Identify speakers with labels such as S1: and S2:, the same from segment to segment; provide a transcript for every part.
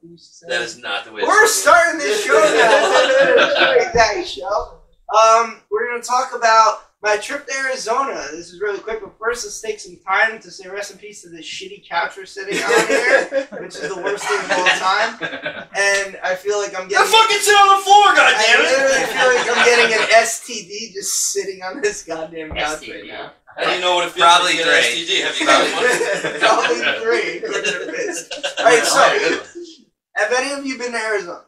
S1: you said.
S2: That is not the way. it's
S1: We're
S2: supposed to be.
S1: starting this show now. that show. Um, we're gonna talk about my trip to Arizona. This is really quick, but first let's take some time to say rest in peace to this shitty couch we're sitting on here, which is the worst thing of all time. And I feel like I'm
S2: I
S1: getting.
S2: fucking sit on the floor,
S1: I literally
S2: goddammit!
S1: feel like I'm getting an STD just sitting on this goddamn couch right
S3: STD.
S1: now.
S2: I don't even know what it feels
S4: Probably
S2: like to get
S4: great.
S2: an STD. Have you got one?
S1: Probably three. Look at her face. All right, so have any of you been to Arizona?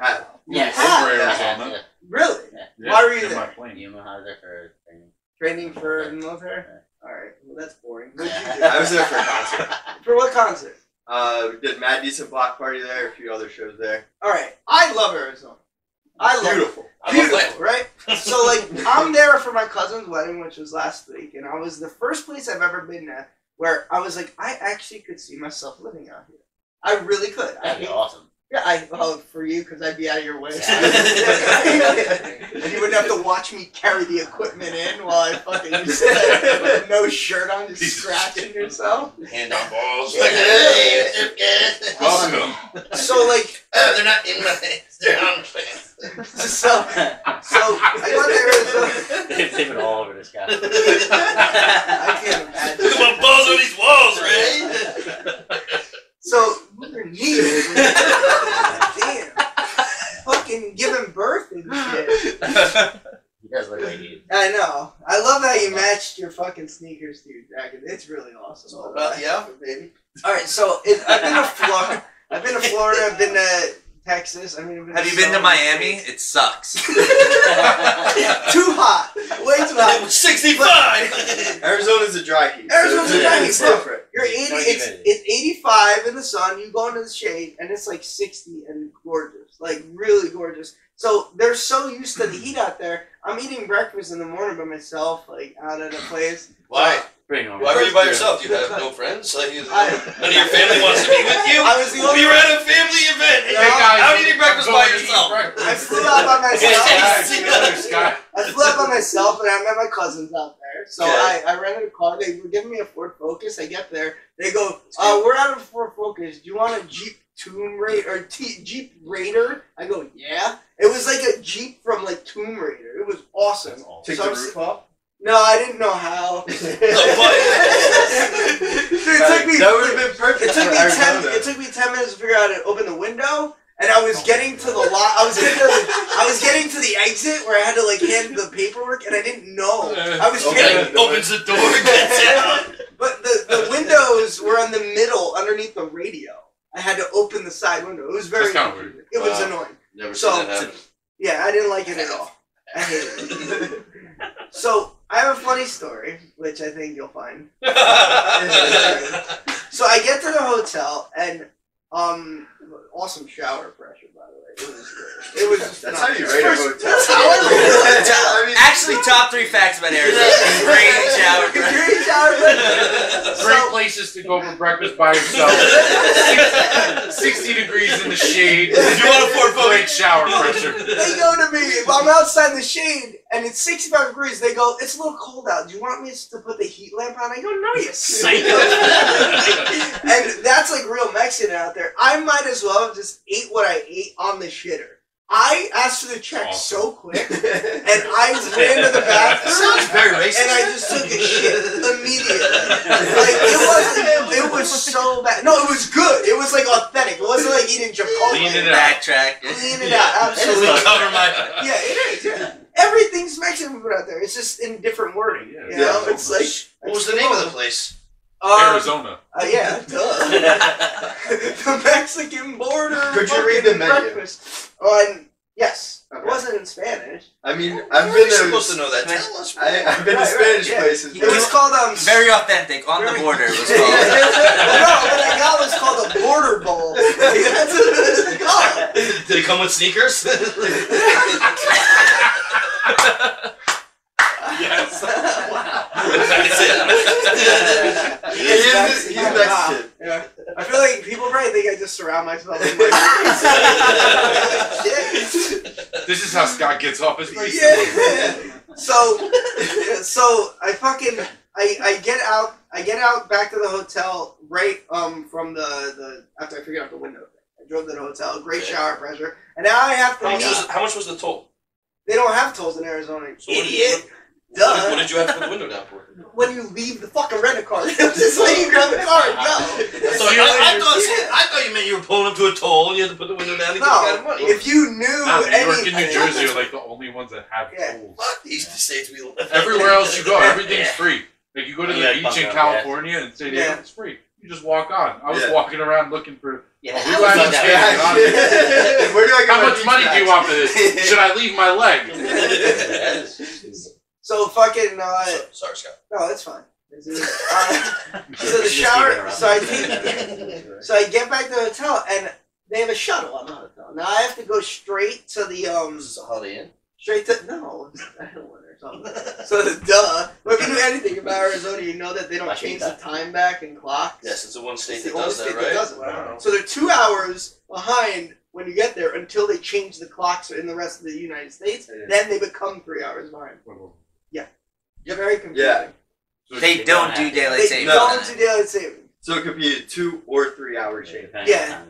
S5: I have.
S3: Yes.
S1: Over
S4: Arizona.
S1: Really?
S4: Yeah,
S1: Why were you
S4: in
S1: there?
S4: my plane.
S3: Yamaha's are for training.
S1: Training for the military? All right. Well, that's boring. What'd you do?
S5: I was there for a concert.
S1: For what concert?
S5: Uh, we did Mad Decent Block Party there, a few other shows there.
S1: All right. I love Arizona. I love
S5: Beautiful.
S2: I love that.
S1: beautiful, right? So like, I'm there for my cousin's wedding, which was last week, and I was the first place I've ever been to where I was like, I actually could see myself living out here. I really could. I
S3: That'd be
S1: hate-
S3: awesome.
S1: yeah, I well for you because I'd be out of your way. and you
S3: Yeah.
S1: wouldn't have to watch me carry the equipment in while I fucking just like, with no shirt on, just
S4: Jesus.
S1: scratching yourself.
S2: Hand on balls.
S4: Welcome.
S1: So like,
S2: Oh, they're not in my face. They're on my face.
S1: so so I went to Arizona.
S3: They've they've been all over this guy.
S1: I can't imagine.
S2: Look at my balls on these walls, right?
S1: So your knees, damn, fucking giving birth and shit.
S3: He does look like you.
S1: I know. I love how you matched your fucking sneakers to your jacket. It's really awesome.
S2: It's all about the outfit, baby.
S1: All right, so it, I've been to Florida. I've been to Florida. I've been to Texas. I mean, I've been
S4: Have you been
S1: so
S4: to
S1: many
S4: Miami?
S1: states.
S4: It sucks.
S1: too hot. Way too hot.
S2: 65!
S5: Arizona's a dry heat.
S1: Arizona's
S3: a dry
S1: heat,
S5: It's
S1: bro.
S5: different.
S1: You're 80.
S3: Not
S1: It's,
S3: even.
S1: it's 85 in the sun. You go into the shade, and it's like 60 and gorgeous, like really gorgeous. So they're so used to the heat out there. I'm eating breakfast in the morning by myself, like out at a place.
S2: Why?
S3: Pretty normal.
S2: Why were you by yourself? Do you have no friends? Like, you-
S1: I-
S2: none of your family wants to be with you?
S1: I was the
S2: We
S1: only.
S2: were at a family event.
S1: Hey,
S2: Hey,
S1: No. guys,
S2: how do you eat breakfast by yourself?
S1: I flew out by
S2: Hey,
S1: myself.
S2: see you
S4: later, Scott.
S1: I flew out by myself, and I met my cousins out there. So
S2: Okay.
S1: I, I rented a car. They were giving me a Ford Focus. I get there. They go, uh, "We're out of Ford Focus. Do you want a Jeep Tomb Raider or T- Jeep Raider?" I go, "Yeah." It was like a Jeep from like Tomb Raider. It was awesome.
S5: Take
S1: So
S5: the
S1: I'm s-
S5: roof off.
S1: No, I didn't know how. Dude, it took me.
S5: That would have been perfect
S1: It took
S5: for
S1: me ten.
S5: Arizona.
S1: It took me ten minutes to figure out how to open the window, and I was getting to the lot. I was getting to the. I was getting to the exit where I had to like hand the paperwork, and I didn't know. I was
S5: Okay.
S1: getting,
S2: Guy opens the door, gets out.
S1: but the the windows were on the middle underneath the radio. I had to open the side window. It was very.
S4: That's kinda weird.
S1: confusing. It was
S2: Wow.
S1: annoying.
S2: Never
S1: So-
S2: seen that happen.
S1: Yeah, I didn't like it at all. I hated it. So I have a funny story, which I think you'll find. So I get to the hotel and um awesome shower pressure by the way. It was great. It was just
S5: That's how you
S1: nuts.
S5: rate a
S1: First-
S5: hotel.
S1: That's how I rate a hotel.
S4: Actually, top three facts about Arizona. Rain and shower. breath.
S1: Great shower pressure.
S6: Great
S1: So,
S6: places to go for breakfast by yourself.
S2: Do
S6: 60 degrees in the shade.
S2: you want a Ford
S6: Great
S2: Focus?
S6: shower pressure.
S1: they go to me if I'm outside in the shade and it's 65 degrees. They go, it's a little cold out. Do you want me to put the heat lamp on? I go, no, you psycho. and that's like real Mexican out there. I might as well have just ate what I ate on the shitter. I asked for the check so quick, and I ran to the bathroom.
S2: very racist.
S1: And I just took a shit immediately. Like it was, it was so bad. No, it was good. It was like authentic. It wasn't like eating Chipotle.
S6: Lean it out.
S4: Backtrack.
S1: Clean it out, absolutely.
S2: It'll cover my.
S1: Yeah, it is. Yeah. Everything's Mexican food out there. It's just in different wording. You
S6: Yeah.
S1: know,
S5: Yeah.
S1: it's like
S2: What was the name of the place?
S1: um,
S6: Arizona.
S1: uh, yeah, duh. the Mexican border.
S5: Could you read the
S1: fucking
S5: menu?
S1: breakfast On yes, it
S5: Okay.
S1: wasn't in Spanish.
S5: I mean,
S2: How
S5: I've
S2: are
S5: been
S2: you supposed
S5: to.
S2: to know that.
S4: Can I-
S2: Tell us.
S5: I, I've been to
S1: Right, right,
S5: Spanish
S1: yeah.
S5: places.
S1: It was called um. s-
S4: Very authentic. On the border. It was
S1: no,
S4: called.
S1: what I got was called a border bowl. Like, that's what it's called.
S2: Did it come with sneakers?
S6: Yes.
S5: He is, he's Mexican.
S1: Yeah. I feel like people probably think I just surround myself with like, shit.
S6: This is how Scott gets off his place.
S1: Yeah. so so I fucking I, I get out I get out back to the hotel right um from the, the after I figured out the window thing. I drove to the hotel. Great
S4: Okay.
S1: shower pressure. And now I have to
S2: How much,
S1: meet.
S2: was, how much was the toll?
S1: They don't have tolls in Arizona.
S2: So what did you-
S1: Idiot.
S2: What did, what
S1: Duh.
S2: did you have to put the window down for?
S1: When you leave the fucking rental car, they just let you grab the car and
S2: I
S1: go.
S2: thought,
S6: you
S2: I, I
S6: later.
S2: thought, I thought you meant you were pulling up to a toll and you had to put the window down to get
S1: No.
S2: the guy the money.
S1: If you knew
S6: Nah, New York
S1: anything,
S6: and New Jersey are like the only ones that have
S1: Yeah.
S6: tools.
S2: Fuck these states we live in.
S6: Everywhere else you go, everything's
S3: Yeah.
S6: free. Like you go to the
S3: Yeah,
S6: beach
S3: bump
S6: in
S3: out,
S6: California and say,
S1: Yeah.
S6: yeah, it's free. You just walk on. I was
S5: Yeah.
S6: walking around looking for
S3: Yeah, I
S6: Well, we
S3: was
S6: glad
S3: like
S6: you
S3: that.
S6: stayed.
S5: Yeah. Where do I get
S6: how
S5: my
S6: much
S5: beach
S6: money do you
S5: bags?
S6: want for this? Should I leave my leg?
S3: That is stupid.
S1: so fucking uh,
S2: So- sorry, Scott.
S1: no, it's fine. It's- uh, So the shower- so I So I get back to the hotel and they have a shuttle at the hotel. Now I have to go straight to the um
S4: This is a Holiday Inn.
S1: straight to no I don't want or something. So duh. But if you know anything about Arizona, you know that they don't
S3: I hate
S1: change the
S3: that.
S1: time back and clocks.
S2: Yes, it's the one state
S1: It's the
S2: that
S1: only
S2: does that,
S1: state
S2: right?
S1: does it.
S6: Wow.
S1: So they're two hours behind when you get there until they change the clocks in the rest of the United States.
S5: Yeah.
S1: Then they become three hours behind. You're very confusing.
S5: Yeah.
S4: They don't do daylight
S1: They
S4: saving.
S5: No.
S1: don't
S4: time.
S1: do daylight saving.
S5: So it could be a two or three hour change.
S1: Yeah.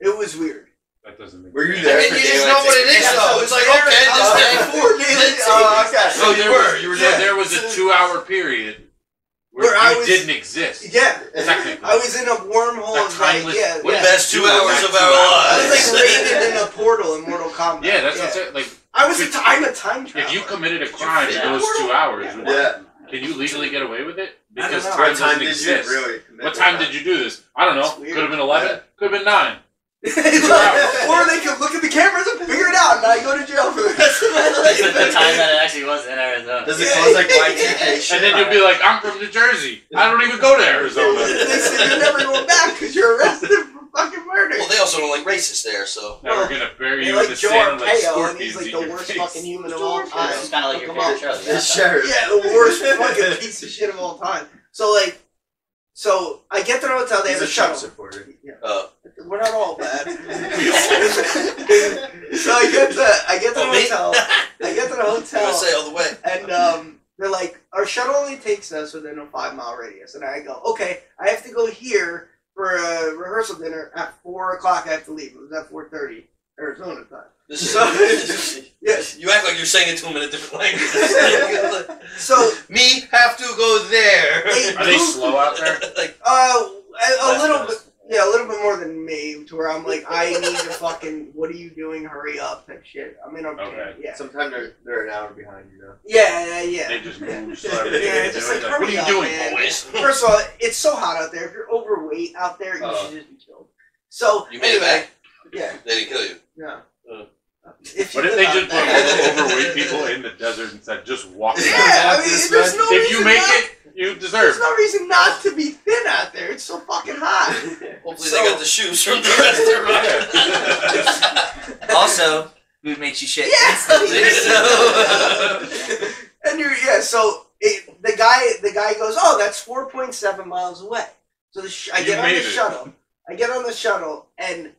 S1: It was weird.
S6: That doesn't make
S5: Were you
S6: sense.
S2: I
S5: there?
S2: mean, you just know what it is, though. It's like, okay, this day four days.
S1: Oh, okay.
S6: So
S2: you
S6: there
S2: were.
S6: was, you were
S1: Yeah.
S6: there was a two hour period where,
S1: Where I
S6: you
S1: was-
S6: didn't exist.
S1: Yeah.
S6: Technically.
S1: I was in a wormhole
S6: That
S1: of like
S6: timeless-
S1: yeah.
S2: What
S1: yeah.
S2: best two
S6: You were
S2: hours
S6: like
S2: of
S6: two
S2: our
S1: I
S6: hours.
S1: was like raided in
S2: lives.
S1: a portal in Mortal Kombat.
S6: yeah, that's what I'm saying. Like
S1: I was a t- I'm a time traveler.
S6: if you committed a crime in
S3: fit
S6: those
S1: that?
S6: two hours,
S1: Yeah.
S6: what-
S5: Yeah.
S6: can you legally get away with it?
S1: I don't
S6: Because
S1: know.
S6: time
S5: What
S6: doesn't
S5: time did you
S6: exist.
S5: really?
S6: What time did you do this? I don't know.
S1: It's weird.
S6: Could have been eleven. Could have been nine.
S1: or they could look at the cameras and figure it out, and I go to jail for the rest of my
S3: That's the
S1: life.
S3: time that it actually was in Arizona.
S5: Does it
S1: Yeah.
S5: cause like Y2K shit?
S6: And then you'll be like, I'm from New Jersey. I don't even go to Arizona.
S1: they said you're never going back because you're arrested for fucking murder.
S2: Well, they also don't like racists there, so.
S6: Now we're gonna bury
S1: They
S6: you in
S1: like
S6: the
S1: Joe
S6: sand like
S1: Arpaio, and
S6: scorpions.
S1: he's like
S6: eat
S1: the
S6: your
S1: worst
S6: face.
S1: fucking human of all
S3: Yeah,
S1: time.
S3: It's kind of like your
S1: Come on.
S3: favorite show.
S5: The sheriff.
S1: Yeah, the worst fucking piece of shit of all time. So like, so I get to the hotel. They
S5: He's
S1: have a Oh.
S5: a Trump
S1: shuttle.
S5: supporter.
S1: Yeah,
S2: Uh,
S1: We're not all bad.
S6: We all-
S1: so I get to I get to the
S2: Oh, me?
S1: hotel. I get to the
S2: I
S1: hotel.
S2: say all the way.
S1: And um, they're like, our shuttle only takes us within a five mile radius. And I go, okay, I have to go here for a rehearsal dinner at four o'clock. I have to leave. It was at four thirty Arizona time.
S2: This is,
S1: So- Yeah.
S2: you act like you're saying it to him in a different language.
S1: So
S2: Me have to go there.
S1: They-
S6: Are they slow out there?
S2: like,
S1: uh, a, a little bit, yeah, a little bit more than me, to where I'm like, I need to fucking, what are you doing? Hurry up, type shit. I mean, I'm
S6: Okay.
S1: yeah,
S5: Sometimes they're, they're an hour behind you, know?
S1: yeah, yeah, yeah.
S6: They just move
S5: Yeah,
S6: slow. They
S1: yeah,
S6: do
S1: just like,
S6: it, like, what are
S1: hurry
S6: you
S1: up,
S6: doing,
S1: man."
S6: boys?
S1: First of all, it's so hot out there. If you're overweight out there, you
S6: Uh.
S5: Oh.
S1: should just be killed. So
S2: you made it
S1: anyway,
S2: back.
S1: Yeah.
S2: They didn't kill you.
S1: No.
S2: Uh.
S1: If you
S6: What if
S1: live
S6: they
S1: out
S6: just put
S1: there-
S6: all the overweight people in the desert and said, just walk
S1: Yeah, I
S6: down?
S1: mean, there's no
S6: If
S1: reason
S6: you make
S1: not,
S6: it, you deserve.
S1: There's no reason not to be thin out there. It's so fucking hot.
S2: Hopefully
S1: So-
S2: they got the shoes from the restaurant.
S4: Also, food makes you shit.
S1: Yeah. and you yeah. So it, the guy the guy goes, oh, that's four point seven miles away. So the sh- I
S6: You
S1: get on the
S6: made it.
S1: shuttle. I get on the shuttle, and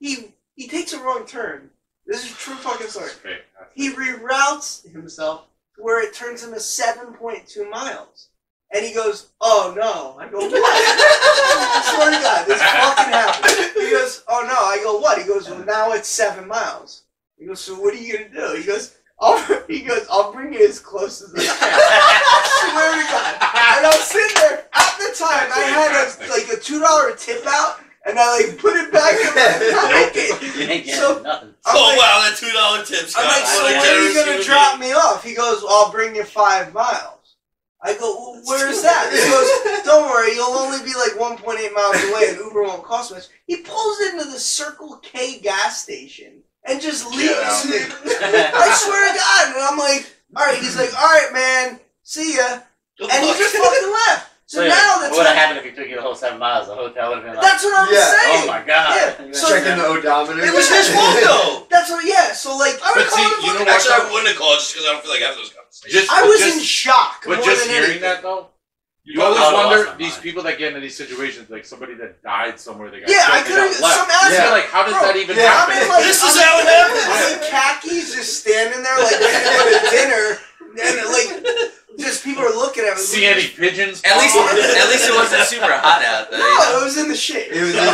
S1: he he takes a wrong turn. This is a true fucking story.
S6: Okay.
S1: He reroutes himself to where it turns him to seven point two miles. And he goes, Oh no. I go, What? I swear to God, this fucking happened. He goes, Oh no. I go, What? He goes, Well now it's seven miles. He goes, So what are you gonna do? He goes, I'll he goes, I'll bring you as close as I can. I swear to God. And I was sitting there at the time I had a like a two dollar tip out and I like put it back in my pocket.
S3: You ain't getting
S1: So-
S3: nothing.
S1: I'm
S2: oh
S1: like-
S2: wow, that two dollar tips.
S1: I'm like, so
S3: I
S1: when are you gonna drop me off? He goes, well, I'll bring you five miles. I go, well, where's that? He goes, don't worry, you'll only be like 1.8 miles away, and Uber won't cost much. He pulls into the Circle K gas station and just leaves
S6: out.
S1: me. I swear to God, and I'm like, all right. He's like, all right, man, see ya,
S2: Good
S1: and he
S2: luck.
S1: just fucking left. So
S3: Wait,
S1: now
S3: what
S1: that's
S3: would have happened if you took you the whole seven miles? The hotel would have been like,
S1: that's what I'm
S5: Yeah,
S1: saying.
S3: oh my god.
S1: Yeah,
S3: You
S1: so-
S3: went
S5: Checking the
S3: there.
S5: odometer.
S2: It was his fault though.
S1: That's what. Yeah. So like, I would
S6: But see,
S1: call him.
S6: you
S1: fucking-
S6: know what?
S2: Actually, I wouldn't have called just because I don't feel like having those conversations.
S6: Just,
S1: I was in
S6: just,
S1: shock. more
S6: But just
S1: than
S6: hearing
S1: anything.
S6: that though, you
S3: Oh,
S6: always
S3: I lost
S6: wonder
S3: my
S6: these
S3: mind.
S6: people that get into these situations, like somebody that died somewhere, they got
S1: Yeah, I
S6: killed, they
S1: could have.
S6: got left.
S1: Some asshole.
S6: You're like, how does
S1: Bro,
S6: that even
S5: yeah,
S6: happen?
S1: I'm in, like,
S2: This is
S1: I'm
S2: how it
S1: in-
S2: happens.
S1: I'm in khakis, just standing there, like waiting for the dinner, and like just people are looking at me.
S6: See any pigeons?
S4: At
S1: Oh,
S4: least,
S6: fly?
S4: at least it wasn't super hot out though. you know?
S1: No, it was in the shade.
S5: It was
S1: So-
S5: in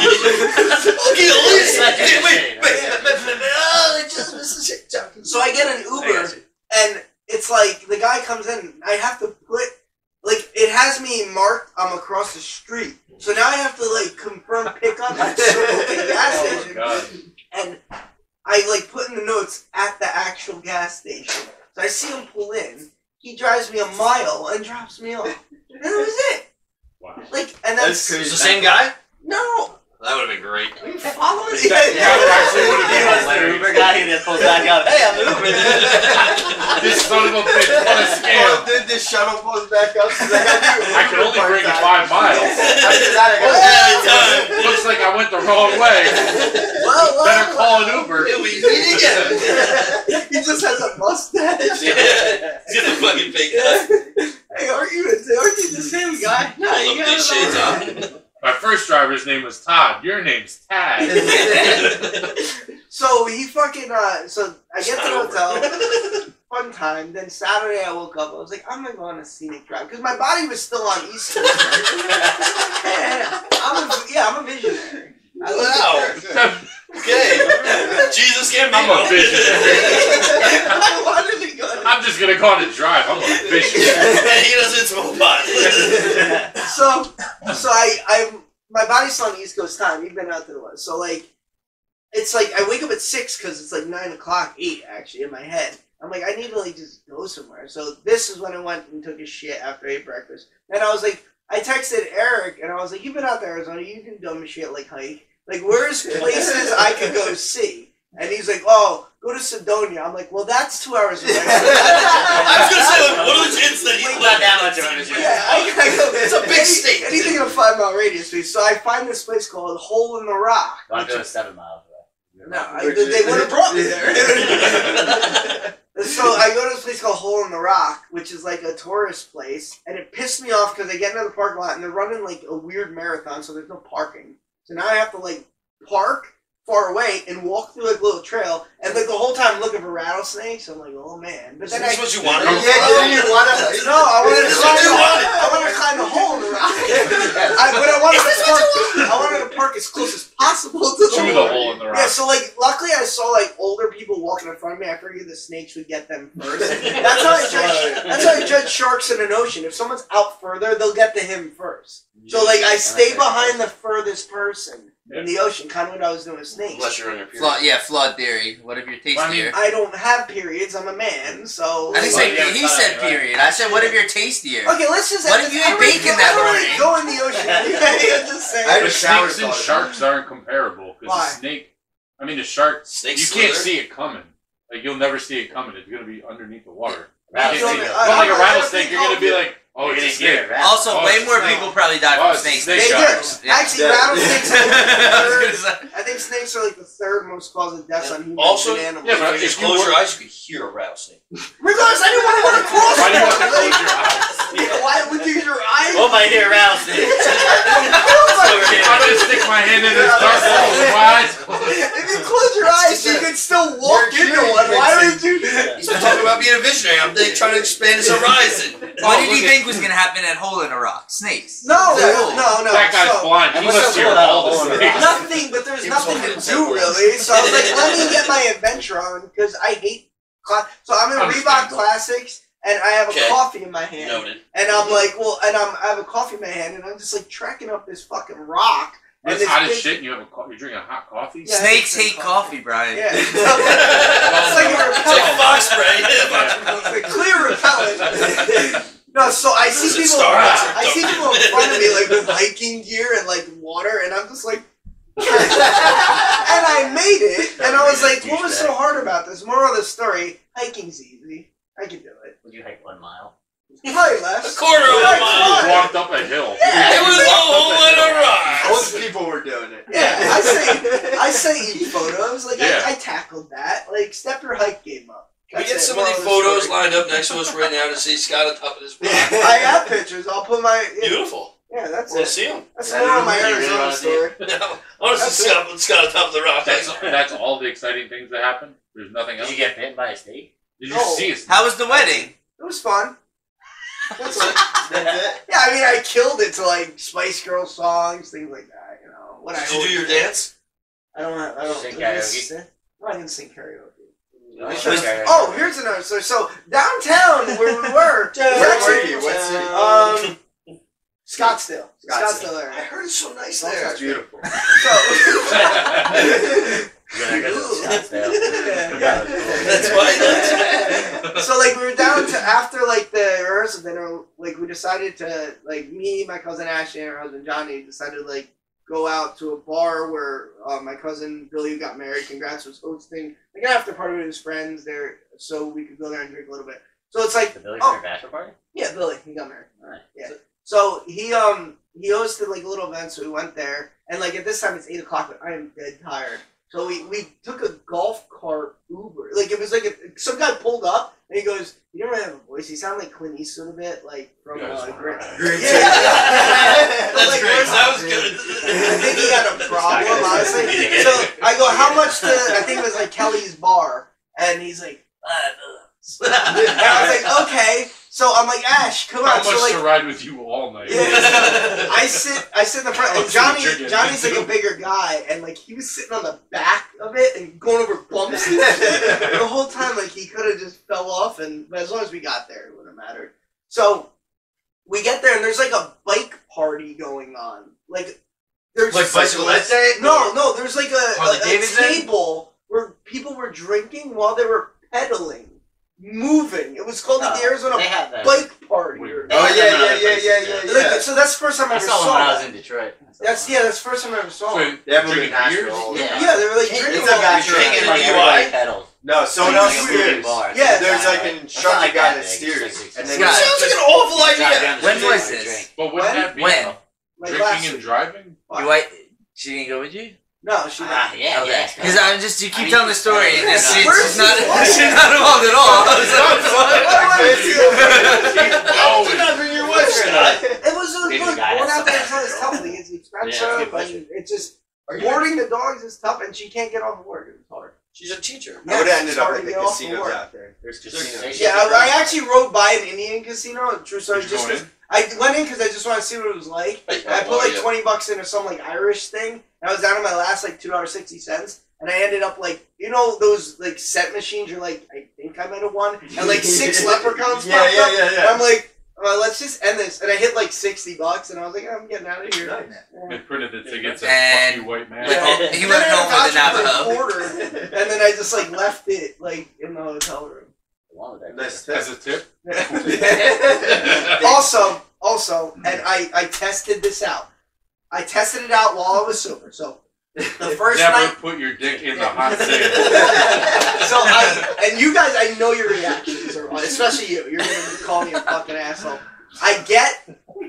S2: Look at
S3: It's like
S2: Elise.
S3: you
S1: Oh, the street. So now I have to like confirm pickup at some open gas
S3: Oh,
S1: station,
S6: God.
S1: and I like put in the notes at the actual gas station. So I see him pull in. He drives me a mile and drops me off. And that was it.
S6: Wow.
S1: Like, and
S5: That's
S1: that's,
S5: crazy.
S4: It's the same guy?
S1: no.
S4: That would have been great.
S1: Are you following me?
S6: actually would've
S3: He
S6: been
S3: was the Uber guy who just pulls back up. Hey, I'm Uber.
S6: This son of a bitch, what a
S5: Oh,
S6: scam.
S5: did this shuttle pulls back up? 'Cause I, got you.
S6: I can only bring you five miles.
S5: After that, I got-
S4: Oh, yeah,
S6: Looks like I went the wrong way.
S1: Well, well, well.
S6: Better call an Uber.
S4: We need to get him.
S1: he just has a mustache.
S4: Yeah. He's got the fucking fake nut.
S1: Hey, aren't you, aren't you the same guy? No,
S4: Little
S1: you got
S4: big shades
S1: it
S4: on.
S6: My first driver's name was Todd. Your name's Tad.
S1: all. So he fucking, uh, so I get to
S4: Start
S1: the
S4: over.
S1: hotel, fun time, then Saturday I woke up, I was like, I'm gonna go on a scenic drive, because my body was still on East Coast. I'm a, yeah, I'm a visionary. I was-
S4: Wow. Okay. Jesus can be.
S6: I'm a visionary.
S1: I wanted to go to
S6: I'm just gonna call it a drive. I'm a visionary.
S4: he doesn't smoke pot.
S1: so so I I my body's still on East Coast time. You've been out there once, so like it's like I wake up at six because it's like nine o'clock, eight actually in my head. I'm like I need to like just go somewhere. So this is when I went and took a shit after I ate breakfast. And I was like I texted Eric and I was like you've been out to Arizona, you can dumb shit like hike. Like where's places I could go see? And he's like oh go to Sedonia. I'm like well that's two hours away.
S4: I was gonna say, like, what are the chances that he
S1: Wait,
S3: not that much of an issue.
S1: yeah, I, I go,
S4: It's a big
S1: any-
S4: state.
S1: Anything in a five mile radius, please. So I find this place called Hole in the Rock.
S3: Don't
S1: which
S3: go
S1: is-
S3: seven miles. away.
S1: no, I, they would have brought me there. so I go to this place called Hole in the Rock, which is like a tourist place, and it pissed me off because I get into the parking lot and they're running like a weird marathon, so there's no parking. So now I have to like park far away and walk through like a little trail, and like the whole time looking for rattlesnakes. I'm like, oh man. But
S4: Is
S1: then
S4: this
S1: I
S4: what you wanted?
S5: Yeah, yeah, you wanna-
S1: no, I wanted to
S4: Is this
S1: climb.
S4: what you wanted?
S1: I wanted to climb the hole in the rock. I, but I wanted
S4: Is
S1: to
S4: this
S1: park.
S4: what
S1: I wanted to park as close as possible to the
S6: To the
S1: hole.
S6: hole in the
S1: Yeah,
S6: rock.
S1: so like, luckily I saw like older people walking in front of me. I figured the snakes would get them first. That's how I judge. That's how I judge sharks in an ocean. If someone's out further, they'll get to him first. So like, I stay behind the furthest person in the ocean, kind of what I was doing with snakes.
S4: Unless you're on your
S2: Flaw,
S4: period.
S2: yeah, flawed theory. What if your taste
S6: Well, I mean-
S2: dear?
S1: I don't have periods. I'm a man, so.
S2: I didn't
S1: like-
S2: say
S3: Well, yeah,
S2: he
S3: it's not
S2: said
S3: right.
S2: period. I said what if your tastier?
S1: Okay, let's just.
S2: What
S1: end
S2: if you
S1: this.
S2: ate
S1: I don't really
S2: bacon
S1: go-
S2: that
S1: I don't really go in the ocean. I'm just saying.
S5: I
S6: But
S5: just showered
S6: snakes and
S5: thought of it.
S6: sharks aren't comparable because
S1: Why?
S6: a snake. I mean, a shark.
S4: Snake
S6: you
S4: slither.
S6: can't see it coming. Like you'll never see it coming. It's gonna be underneath the water. You
S3: Rattlesnake.
S6: can't see it.
S1: I-
S6: But like
S1: uh, I-
S6: a rattlesnake,
S1: I-
S6: you're gonna be like, oh,
S3: Oh, You're
S6: it's
S3: gonna
S6: a
S3: hear it,
S6: snake.
S3: right?
S4: Also,
S6: Oh,
S4: way
S6: it's
S4: more
S6: not.
S4: people probably die
S6: Oh,
S4: from
S6: it's
S4: snakes.
S6: a
S4: than
S6: snake.
S1: They do.
S4: sharks. Yeah.
S1: Actually,
S5: Yeah.
S1: rattlesnakes.
S4: I
S1: Are
S4: was
S1: like
S4: gonna
S1: the third,
S4: say.
S1: I think snakes are like the third most cause of deaths on humans
S4: Also-
S1: and animals.
S6: Yeah,
S4: If you
S6: but if
S4: just
S6: you
S4: close
S6: were-
S4: your eyes, you could hear a rattlesnake.
S1: Regardless, I didn't want to want to cross.
S6: Why do you have to
S1: that,
S6: close
S1: like,
S6: your eyes?
S1: yeah, why would you use your eyes?
S3: Hope I hear rattlesnake.
S6: I'm gonna stick my hand in this dark hole with my eyes. closed.
S1: if you close your eyes, you can still walk
S5: You're
S1: into
S5: kidding.
S1: one. Why would you?
S4: He's been talking about being a visionary. I'm like, trying to expand his horizon.
S2: What did you
S6: look
S2: think
S6: at-
S2: was gonna happen at Hole in a Rock? Snakes.
S1: No,
S2: Exactly.
S1: no, no.
S6: That guy's
S1: so,
S6: blind. He
S3: And what's
S6: must
S3: so
S6: hear
S3: cool about
S6: all
S3: all
S6: the
S3: of
S6: snakes.
S3: that?
S1: nothing, but there's
S4: He was
S1: nothing
S4: hoping
S1: to
S4: it's
S1: do
S4: that way.
S1: really. So I was like, let me get my adventure on because I hate. Cla- so I'm in Reebok
S6: Understandable.
S1: Classics, and I have a
S4: Okay.
S1: coffee in my hand.
S4: Noted.
S1: And I'm like, well, and I'm, I have a coffee in my hand, and I'm just like trekking up this fucking rock. And
S6: It's hot as
S1: big-
S6: shit. And you have a co- you're drinking hot coffee.
S1: Yeah.
S2: Snakes hate coffee, Brian.
S1: Yeah.
S4: it's
S1: like a repellent.
S4: fox spray.
S1: The clear repellent. no, so I see
S4: Is it
S1: people.
S4: Star Wars or
S1: I see
S4: Dumb?
S1: people in front of me like with hiking gear and like water, and I'm just like. and I made it, and I was like, "What was so hard about this?" Moral of the story: hiking's easy. I can do it.
S3: Would you hike one mile?
S1: Probably less.
S4: A quarter of a
S1: Like,
S4: mile.
S1: come
S6: You
S1: on.
S6: walked up a hill.
S1: Yeah,
S4: It was a hole in a rock.
S5: Old people were doing it.
S1: Yeah, I say I say eat photos. Like
S6: Yeah.
S1: I, I tackled that. Like step your hike game up.
S4: Can we
S1: That's
S4: get
S1: it,
S4: some of the
S1: moral the
S4: photos
S1: story.
S4: lined up next to us right now to see Scott on top of this rock?
S1: I have pictures. I'll put my yeah,
S4: Beautiful.
S1: that's
S4: Want to
S1: it.
S4: see him?
S1: That's the moral of my
S3: You really
S1: Arizona
S3: wanna see
S1: story.
S4: No. I want to see Scott, Scott on top of the rock.
S6: That's that's all the exciting things that happen. There's nothing
S3: Did
S6: else.
S3: you
S6: Did
S3: get bitten by a snake?
S6: you
S1: No.
S6: see it?
S2: How was the wedding?
S1: It was fun. That's it.
S5: That's it.
S1: Yeah, I mean I killed it to like Spice Girl songs, things like that. You know what
S4: Did
S1: I
S4: you do your dance?
S1: I don't. have- I don't.
S3: Sing
S1: I didn't
S3: karaoke?
S1: sing- no, I didn't sing karaoke.
S3: No,
S4: It's
S1: Sure.
S4: just-
S3: okay.
S1: Oh, here's another story. So downtown where we were, was
S5: Where
S1: actually-
S5: were you? What
S1: Um,
S5: city?
S1: Scottsdale.
S5: Scottsdale.
S1: Scottsdale
S5: I
S1: area.
S5: heard it's so nice
S1: Sounds
S5: there.
S1: like
S5: It's beautiful.
S3: I got
S1: Yeah.
S4: That's why. That's
S1: so like we were down to after like the rehearsal dinner, like we decided to like me, my cousin Ashley, and her husband Johnny decided to like go out to a bar where uh, my cousin Billy who got married. Congrats was hosting like an after party with his friends there, so we could go there and drink a little bit. So it's like
S3: The Billy
S1: Oh.
S3: Center bachelor party?
S1: yeah, Billy, he got married.
S3: Alright.
S1: Yeah. So he um he hosted like little events. So we went there, and like at this time it's eight o'clock, but I am dead tired. So we we took a golf cart Uber. Like it was like a, some guy pulled up and he goes, "You don't really have a voice. You sound like Clint Eastwood a bit, like from
S6: You guys
S1: uh,
S6: were
S1: Grand-
S6: right.
S1: Yeah.
S4: That's
S1: Like,
S4: great.
S1: where's
S4: That was
S1: I
S4: good.
S1: think he had a problem, honestly.
S3: Yeah.
S1: So I go, how much to, I think it was like Kelly's bar. And he's like, five bucks. And I was like, okay. So I'm like, Ash, come
S6: How
S1: on.
S6: much
S1: So
S6: to
S1: like,
S6: ride with you all night?
S1: Yeah. I sit, I sit in the front,
S6: How
S1: and
S6: much are
S1: Johnny,
S6: you drinking?
S1: Johnny's like a bigger guy, and like he was sitting on the back of it and going over bumps and shit. And the whole time, like he could have just fell off, and but as long as we got there, it wouldn't have mattered. So we get there, and there's like a bike party going on. Like there's
S5: like bicyclette day?
S1: no, no. There's like a,
S4: Harley
S1: a, a
S4: Davidson?
S1: table where people were drinking while they were pedaling, moving. It was called like, the
S3: Oh,
S1: Arizona
S3: They have that.
S1: Bike Party.
S6: Weird.
S5: Oh
S3: I've
S5: yeah,
S3: been
S5: yeah,
S3: other
S5: yeah,
S3: places,
S5: yeah,
S3: yeah.
S5: yeah,
S1: Like,
S5: yeah.
S1: so that's the first time I,
S3: I
S1: ever
S3: saw
S1: saw
S3: one when I
S1: that.
S3: was in Detroit. I saw
S1: That's
S3: one.
S1: yeah. That's the first time I ever saw it.
S6: Wait,
S5: They have them
S6: drinking
S5: in Nashville
S6: beers?
S5: all the
S3: Yeah.
S5: time.
S1: Yeah, they were like drinking.
S5: It's a guy
S1: while-
S5: drinking
S3: Like,
S4: DUI?
S3: like, pedals.
S5: No, someone
S3: Like,
S5: else
S3: like,
S5: steers.
S3: bar.
S1: Yeah,
S5: There's like
S3: It's
S5: an
S3: not
S5: instructor
S3: like
S5: guy
S3: that
S5: that
S3: big.
S5: steers,
S3: It's like-
S5: and
S4: it's
S5: then
S4: not-
S5: sounds like an awful idea.
S4: When
S3: Drink,
S4: was
S3: drink.
S4: this?
S6: But would
S1: When?
S6: that be
S4: When?
S6: though?
S1: Like last
S6: drinking and
S1: week.
S6: driving?
S4: You white? She didn't go with you?
S1: No, she.
S3: Ah, yeah,
S4: Okay.
S3: yeah.
S4: Because I'm just you
S3: I
S4: keep
S3: mean,
S4: telling the story and it's, she's,
S1: Where's
S4: she's not
S1: this one?
S4: she's not involved at all.
S6: Oh,
S5: You're
S6: it's-
S5: not bringing your wife, Scott.
S1: It was a
S3: Being
S1: look.
S3: the guy
S1: Going
S3: that's
S1: out there
S3: the-
S1: is tough. Like, it's
S3: Yeah,
S1: expensive,
S3: it's a
S1: but
S3: good
S1: it's just
S5: Are you-
S1: boarding the dogs is tough, and she can't get off work. It's hard.
S5: She's a teacher.
S1: Yeah,
S5: I would have ended
S1: she's
S5: up
S1: hard
S5: at
S1: to
S5: the
S1: get off
S5: casinos
S1: for.
S5: out there. There's casinos.
S1: Yeah, I, I actually rode by an Indian casino. True story.
S6: Did you
S1: Just
S6: go in?
S1: 'cause- I went in because I just wanted to see what it was like. I
S4: Oh,
S1: put like twenty bucks into some like Irish thing, and I was down to my last like two dollars sixty cents, and I ended up like you know those like set machines. You're like, I think I might have won, and like six leprechauns
S5: Yeah,
S1: popped
S5: yeah,
S1: up.
S5: yeah,
S1: And I'm
S5: yeah.
S1: like, uh, let's just end this, and I hit like sixty bucks, and I was like, I'm getting out of here.
S5: Nice.
S1: Yeah.
S6: They printed the tickets and
S4: And-
S6: fuck you, white man.
S4: Like, oh, he went
S1: Then I
S4: home with a
S1: voucher for a
S4: Navajo.
S1: quarter, and then I just like left it like in the hotel room.
S5: Nice
S6: As
S5: test.
S6: a tip?
S1: also, also, and I, I tested this out. I tested it out while I was sober. So the first
S6: Never
S1: night,
S6: put your dick in the hot sand.
S1: so I and you guys, I know your reactions are especially you. You're gonna call me a fucking asshole. I get,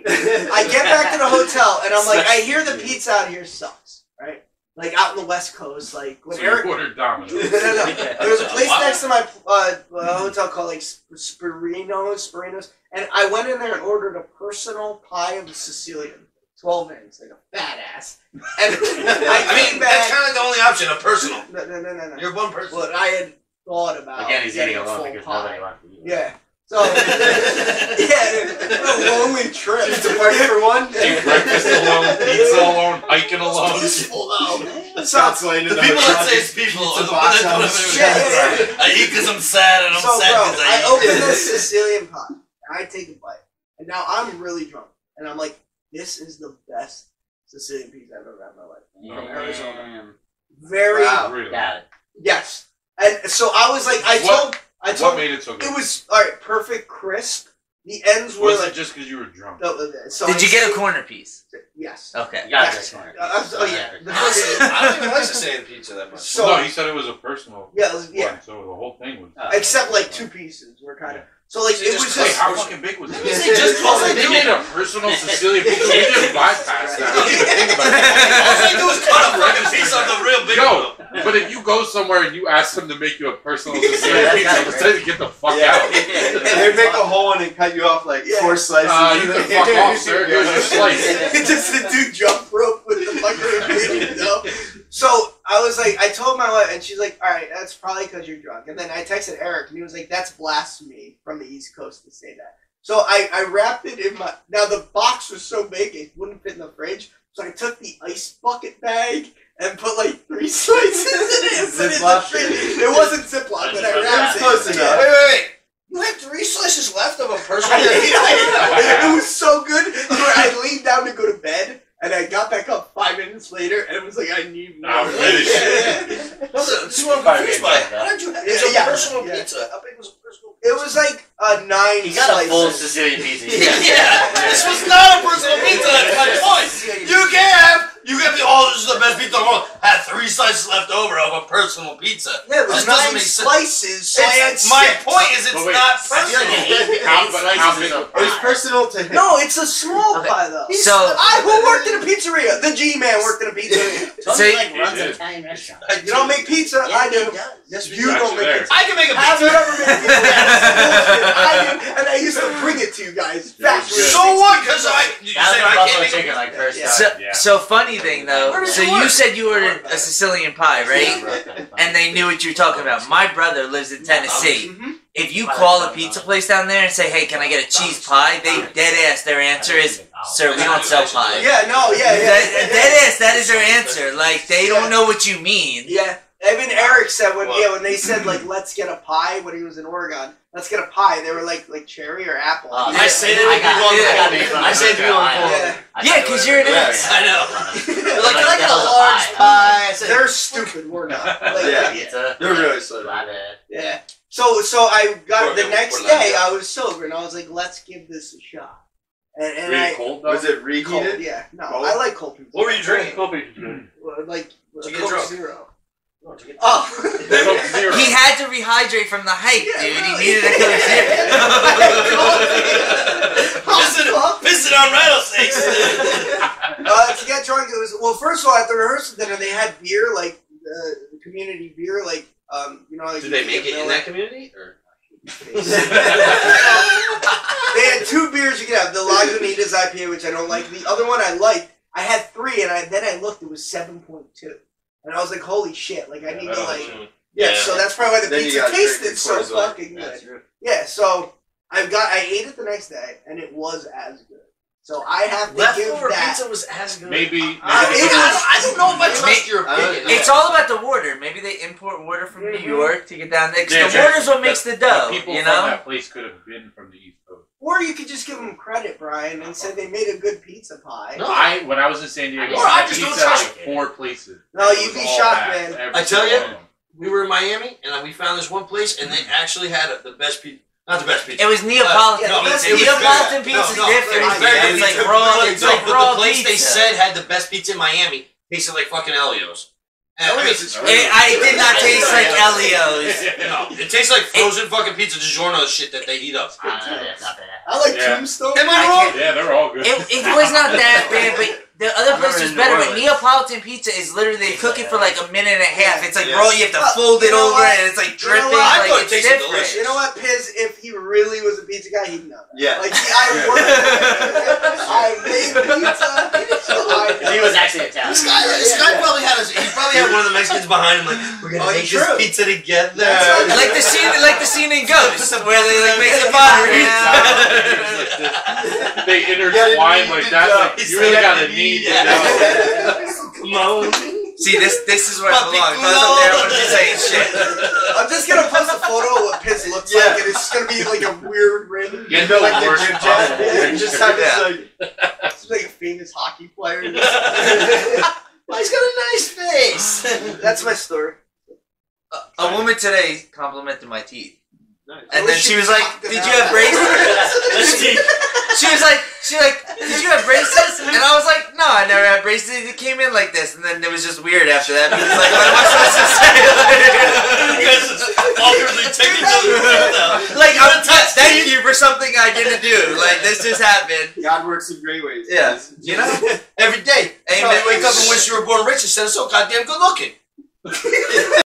S1: I get back to the hotel and I'm like, I hear the pizza out here sucks, right? Like out in the West Coast, like when
S6: so
S1: Eric
S6: you ordered Domino's.
S1: no, no, no. There was a place
S4: What?
S1: next to my uh, uh, hotel called like Sp- Spirino's, Spirino's, and I went in there and ordered a personal pie of Sicilian, twelve eggs, like a fat ass. And I,
S4: I
S1: came
S4: mean,
S1: back.
S4: that's kind of the only option, a personal.
S1: no, no, no, no, no.
S4: You're one person.
S1: What I had thought about
S3: Again, he's
S1: getting
S3: eating
S1: a full
S3: alone because
S1: pie.
S3: nobody wants to eat.
S1: Yeah. So Oh. yeah, what a lonely trip.
S5: It's a party for one.
S6: Eat breakfast alone, pizza alone, hiking alone.
S1: Peaceful though.
S5: Scott's laying in
S4: The people that say it's people
S5: Pizza
S4: are the ones
S5: box
S4: that
S5: house.
S4: don't
S1: Yeah, yeah, yeah.
S4: have I eat because I'm sad and I'm
S1: so,
S4: sad
S1: bro,
S4: because
S1: I,
S4: I, eat.
S1: open this Sicilian pie and I take a bite, and now I'm really drunk, and I'm like, this is the best Sicilian pizza I've ever had in my life. From Arizona. Very
S5: Wow.
S6: Really?
S3: Got it.
S1: yes, and so I was like, I
S6: What-
S1: told, I
S6: What
S1: told,
S6: made it so good?
S1: it was all right, perfect, crisp. The ends were
S6: Was it
S1: like. Uh,
S6: just because you were drunk?
S1: the- so
S4: Did
S1: I-
S4: you get a corner piece?
S1: Yes.
S4: Okay.
S3: You got this one.
S1: Uh, I was- oh yeah. The first,
S5: I don't even like Sicilian pizza that much.
S1: so
S6: no, he said it was a personal
S1: yeah, it was-
S6: one,
S1: yeah. Uh,
S6: so the whole thing was.
S1: Except like two pieces were kind of. So like
S5: So
S1: it
S5: just
S1: was
S6: Wait,
S1: just.
S6: how fucking big was
S1: You
S6: it?
S1: say just call it
S6: They
S1: big.
S6: made a personal Sicilian pizza. They just bypassed that. I don't even think about
S4: All
S6: that.
S4: I do is cut a fucking
S6: piece off
S4: the real
S6: big Yo. But if you go somewhere and you ask them to make you a personal Sicilian
S3: Yeah, that's
S6: pizza,
S3: kinda
S6: instead of get the fuck
S5: Yeah.
S6: out.
S5: They make a hole in it and cut you off like
S1: Yeah.
S5: four slices.
S6: Uh, you can fuck off, sir. Here's your slice.
S1: just the dude jump rope with the fucking bleeding, you know? So I was like, I told my wife, and she's like, all right, that's probably because you're drunk. And then I texted Eric, and he was like, that's blasphemy from the East Coast to say that. So I, I wrapped it in my. Now the box was so big it wouldn't fit in the fridge, so I took the ice bucket bag and put like three slices in it. And put it in the
S5: Ziploc?
S1: fridge. It wasn't Ziploc, but I
S3: That's
S1: wrapped it.
S5: close enough.
S1: Yeah.
S4: Wait, wait, wait.
S1: You have to read
S2: slices left of a person?
S5: I did, I did. It was so good. Where I laid down to go to bed, and I got back up five minutes later, and it was like, I need more.
S6: I'm really
S5: Yeah.
S2: No, that's what I'm confused by. How did you have? It's a
S5: Yeah,
S2: personal
S5: yeah.
S2: pizza. How big was a personal?
S1: It was like a nine.
S3: He got a full
S1: slices.
S3: Sicilian pizza.
S4: Yeah.
S2: this
S3: was
S2: not a
S3: personal pizza, that's
S4: my
S2: point.
S4: You can have, you can be, oh, this is the best pizza in the world. Had three slices left over of a personal pizza.
S1: Yeah, it was
S4: This doesn't
S1: nine
S4: make sense.
S1: slices. So I had
S4: It's, my
S1: six.
S4: point is, it's
S6: But wait,
S4: not
S3: I feel
S4: personal.
S3: like he ate
S6: How-
S3: eight
S6: but I just
S3: slices
S6: think-
S3: of
S5: It was
S3: pie.
S5: personal to him.
S1: No, it's a small
S3: Okay.
S1: pie though.
S4: So-
S1: I who worked in a pizzeria? The G-man worked in a pizzeria.
S3: Tony's
S4: So-
S3: like runs an
S6: It is.
S3: Italian restaurant.
S1: You don't make pizza.
S3: Yeah,
S1: I do.
S3: He does.
S1: Yes,
S6: He's
S1: you don't
S6: actually
S1: make
S6: there.
S1: pizza.
S4: I can make a
S1: I've
S4: pizza.
S1: never made pizza. That's bullshit. I do, and I used to bring it to you guys. Back
S6: Yeah.
S1: when-
S4: So what? Because I, you said
S3: That was
S4: I
S3: buffalo
S4: can't make a
S3: chicken, like first
S1: Yeah.
S3: time.
S7: So,
S6: Yeah.
S7: so funny thing
S2: Where
S7: though.
S2: does
S7: So
S2: it
S7: you
S2: work?
S7: said you
S2: Don't worry
S7: ordered
S2: about
S7: a
S2: it.
S7: Sicilian pie, right? And they knew what you were talking about. My brother lives in Tennessee.
S1: Mhm.
S7: If you call a pizza place down there and say, "Hey, can I get a cheese pie?" They dead ass. Their answer is, "Sir, we don't sell pie."
S1: Yeah. No. Yeah. Yeah.
S7: That,
S1: yeah.
S7: that is that is their answer. Like they
S1: Yeah.
S7: don't know what you mean.
S1: Yeah. Even Eric said when
S6: What?
S1: yeah when they said like let's get a pie when he was in Oregon let's get a pie they were like like cherry or apple.
S7: Oh,
S3: Uh,
S1: Yeah.
S4: I say
S3: I
S4: that
S3: got-
S7: yeah.
S4: we
S3: I said we won't call
S1: Yeah.
S7: Yeah, 'cause you're an
S5: ass.
S4: I know.
S3: They're
S1: They're
S3: like, can I get a
S7: Like,
S3: large
S7: pie.
S3: pie? I said,
S1: They're stupid. We're not. Like,
S5: Yeah.
S3: pizza.
S5: They're really slow.
S3: My bad.
S1: Yeah. So so I got
S6: We're-
S1: the
S6: we're
S1: next
S6: not-
S1: day. I was sober and I was like, let's give this a shot. And, and
S6: Really
S1: I
S6: cold though.
S5: Was it
S1: cold,
S5: reheated?
S1: yeah no
S5: Cold?
S1: I like cold pizza.
S4: What were you drinking?
S6: drinking?
S1: Well, Like uh,
S4: Did you
S1: Coke
S4: get drunk?
S1: Zero.
S2: No, did you get-
S1: Oh.
S6: Zero.
S7: He had to rehydrate from the hike,
S1: Yeah,
S7: dude.
S1: no,
S7: He needed a
S1: yeah.
S7: Coke Zero.
S1: Hot fuck.
S4: Pissing on rattlesnakes.
S1: uh, to get drunk, it was well. First of all, at the rehearsal dinner, they had beer, like uh, the community beer, like um, you know, like
S2: Did they make it in that community? Or?
S1: they had two beers you could have: the Lagunitas IPA, which I don't like. The other one I liked. I had three, and I then I looked; it was seven point two, and I was like, "Holy shit!" Like I need to like. Yeah,
S4: Yeah.
S1: so that's probably why the
S5: Then you
S1: pizza
S5: gotta drink
S1: tasted
S5: before
S1: so
S5: as well.
S1: fucking
S5: Yeah,
S1: good.
S5: it's true.
S1: Yeah, so I got I ate it the next day and it was as good. So I have to give
S2: Leftover
S1: that.
S2: pizza was as good.
S6: Maybe. maybe
S1: Uh,
S2: I,
S1: it
S6: because-
S1: was-
S2: don't, I don't know if I trust your
S5: I don't-
S2: opinion.
S7: It's all about the water. Maybe they import water from
S1: Mhm.
S7: New York to get down there. 'cause
S6: Yeah,
S7: the
S6: yeah.
S7: water's what makes the dough,
S6: people
S7: you
S6: from
S7: know?
S6: that place could have been from the East Coast.
S1: Or you could just give them credit, Brian, and say they made a good pizza pie.
S2: No.
S6: I when I was in San Diego,
S2: Or I
S6: had
S2: just
S6: pizza
S2: don't
S6: at,
S2: trust
S6: like four places.
S1: No,
S6: It
S1: you'd
S6: was
S1: be
S6: all
S1: shocked,
S6: bad,
S1: man.
S6: every
S2: I tell
S6: single one of them.
S2: we were in Miami, and we found this one place, and they actually had the best pizza. Not the best pizza.
S7: It was Neapolitan
S1: yeah, that's-
S7: pizza.
S1: it was
S7: Neapolitan
S2: good.
S7: pizza's
S2: No, no,
S7: different.
S1: it was very
S7: it's like
S2: good.
S7: raw,
S2: But
S7: it's like
S2: the,
S7: raw
S2: the place
S7: pizza.
S2: they said had the best pizza in Miami tasted like fucking Elio's. And, I mean,
S5: Elio's is
S7: it, I it did not
S2: I
S7: taste
S2: didn't
S7: like
S2: know
S7: Elio's.
S2: no, it tastes like frozen fucking pizza DiGiorno shit that they heat up.
S3: Ah, that's not bad.
S1: I like
S6: Yeah.
S1: tombstone.
S2: Am I wrong?
S6: Yeah, they're all good.
S7: It, it was not that bad, but the
S3: I
S7: other
S3: remember
S7: place was
S3: in New
S7: better. But
S3: Orleans.
S7: Neapolitan pizza is literally they cook it for like a minute and a half. It's like
S5: Yeah.
S7: raw. You have to
S1: Uh,
S7: fold
S1: you
S7: it
S1: know
S7: over,
S1: what?
S7: and it's like
S1: You know
S7: dripping.
S1: what? I
S7: Like
S2: thought it
S7: it's
S2: tasted
S7: different.
S2: delicious.
S1: You know what, Piz? If he really was a pizza guy, he'd know. that.
S5: Yeah.
S1: Like, see, I
S6: Yeah.
S1: worked. I made pizza. So I know.
S3: He was uh, actually Italian.
S2: This guy, this guy probably had his, he probably had one of the Mexicans behind him like, we're gonna
S1: Oh,
S2: make
S1: true.
S2: this pizza together.
S1: That's
S7: Like the scene, like the scene in Ghost where they like make the pottery.
S6: they intertwine like that. Like, you really gotta need to know.
S2: Come on.
S7: See this, this is where I
S2: Papi
S7: belong. If I was
S2: culo.
S7: up there, I wouldn't be saying shit.
S1: I'm just gonna post a photo of what Piz looks
S5: Yeah.
S1: like, and it's just gonna be like a weird rim.
S6: Get
S5: No,
S6: the
S5: like the
S6: worst
S5: Jim
S6: possible
S5: Jam-
S1: Yeah,
S5: just
S6: picture.
S5: have this,
S7: Yeah.
S5: like-
S1: It's like a famous hockey player.
S2: Well, he's got a nice face.
S1: That's my story.
S7: A, a woman today complimented my teeth,
S5: Nice.
S7: and then she was like, "Did you have braces?"
S1: braces?
S7: She was like, she like, did you have braces? And I was like, no, I never had braces. It came in like this, and then it was just weird after that. Because like, what am I supposed to say?
S4: You guys just awkwardly take each other's breath out.
S7: Like, like I'm touched. Thank you for something I didn't do. Like this just happened.
S5: God works in great ways.
S7: Yeah.
S5: guys.
S7: You know?
S2: Every day.
S7: Amen.
S2: Probably wake up and wish you were born rich instead of so goddamn good looking.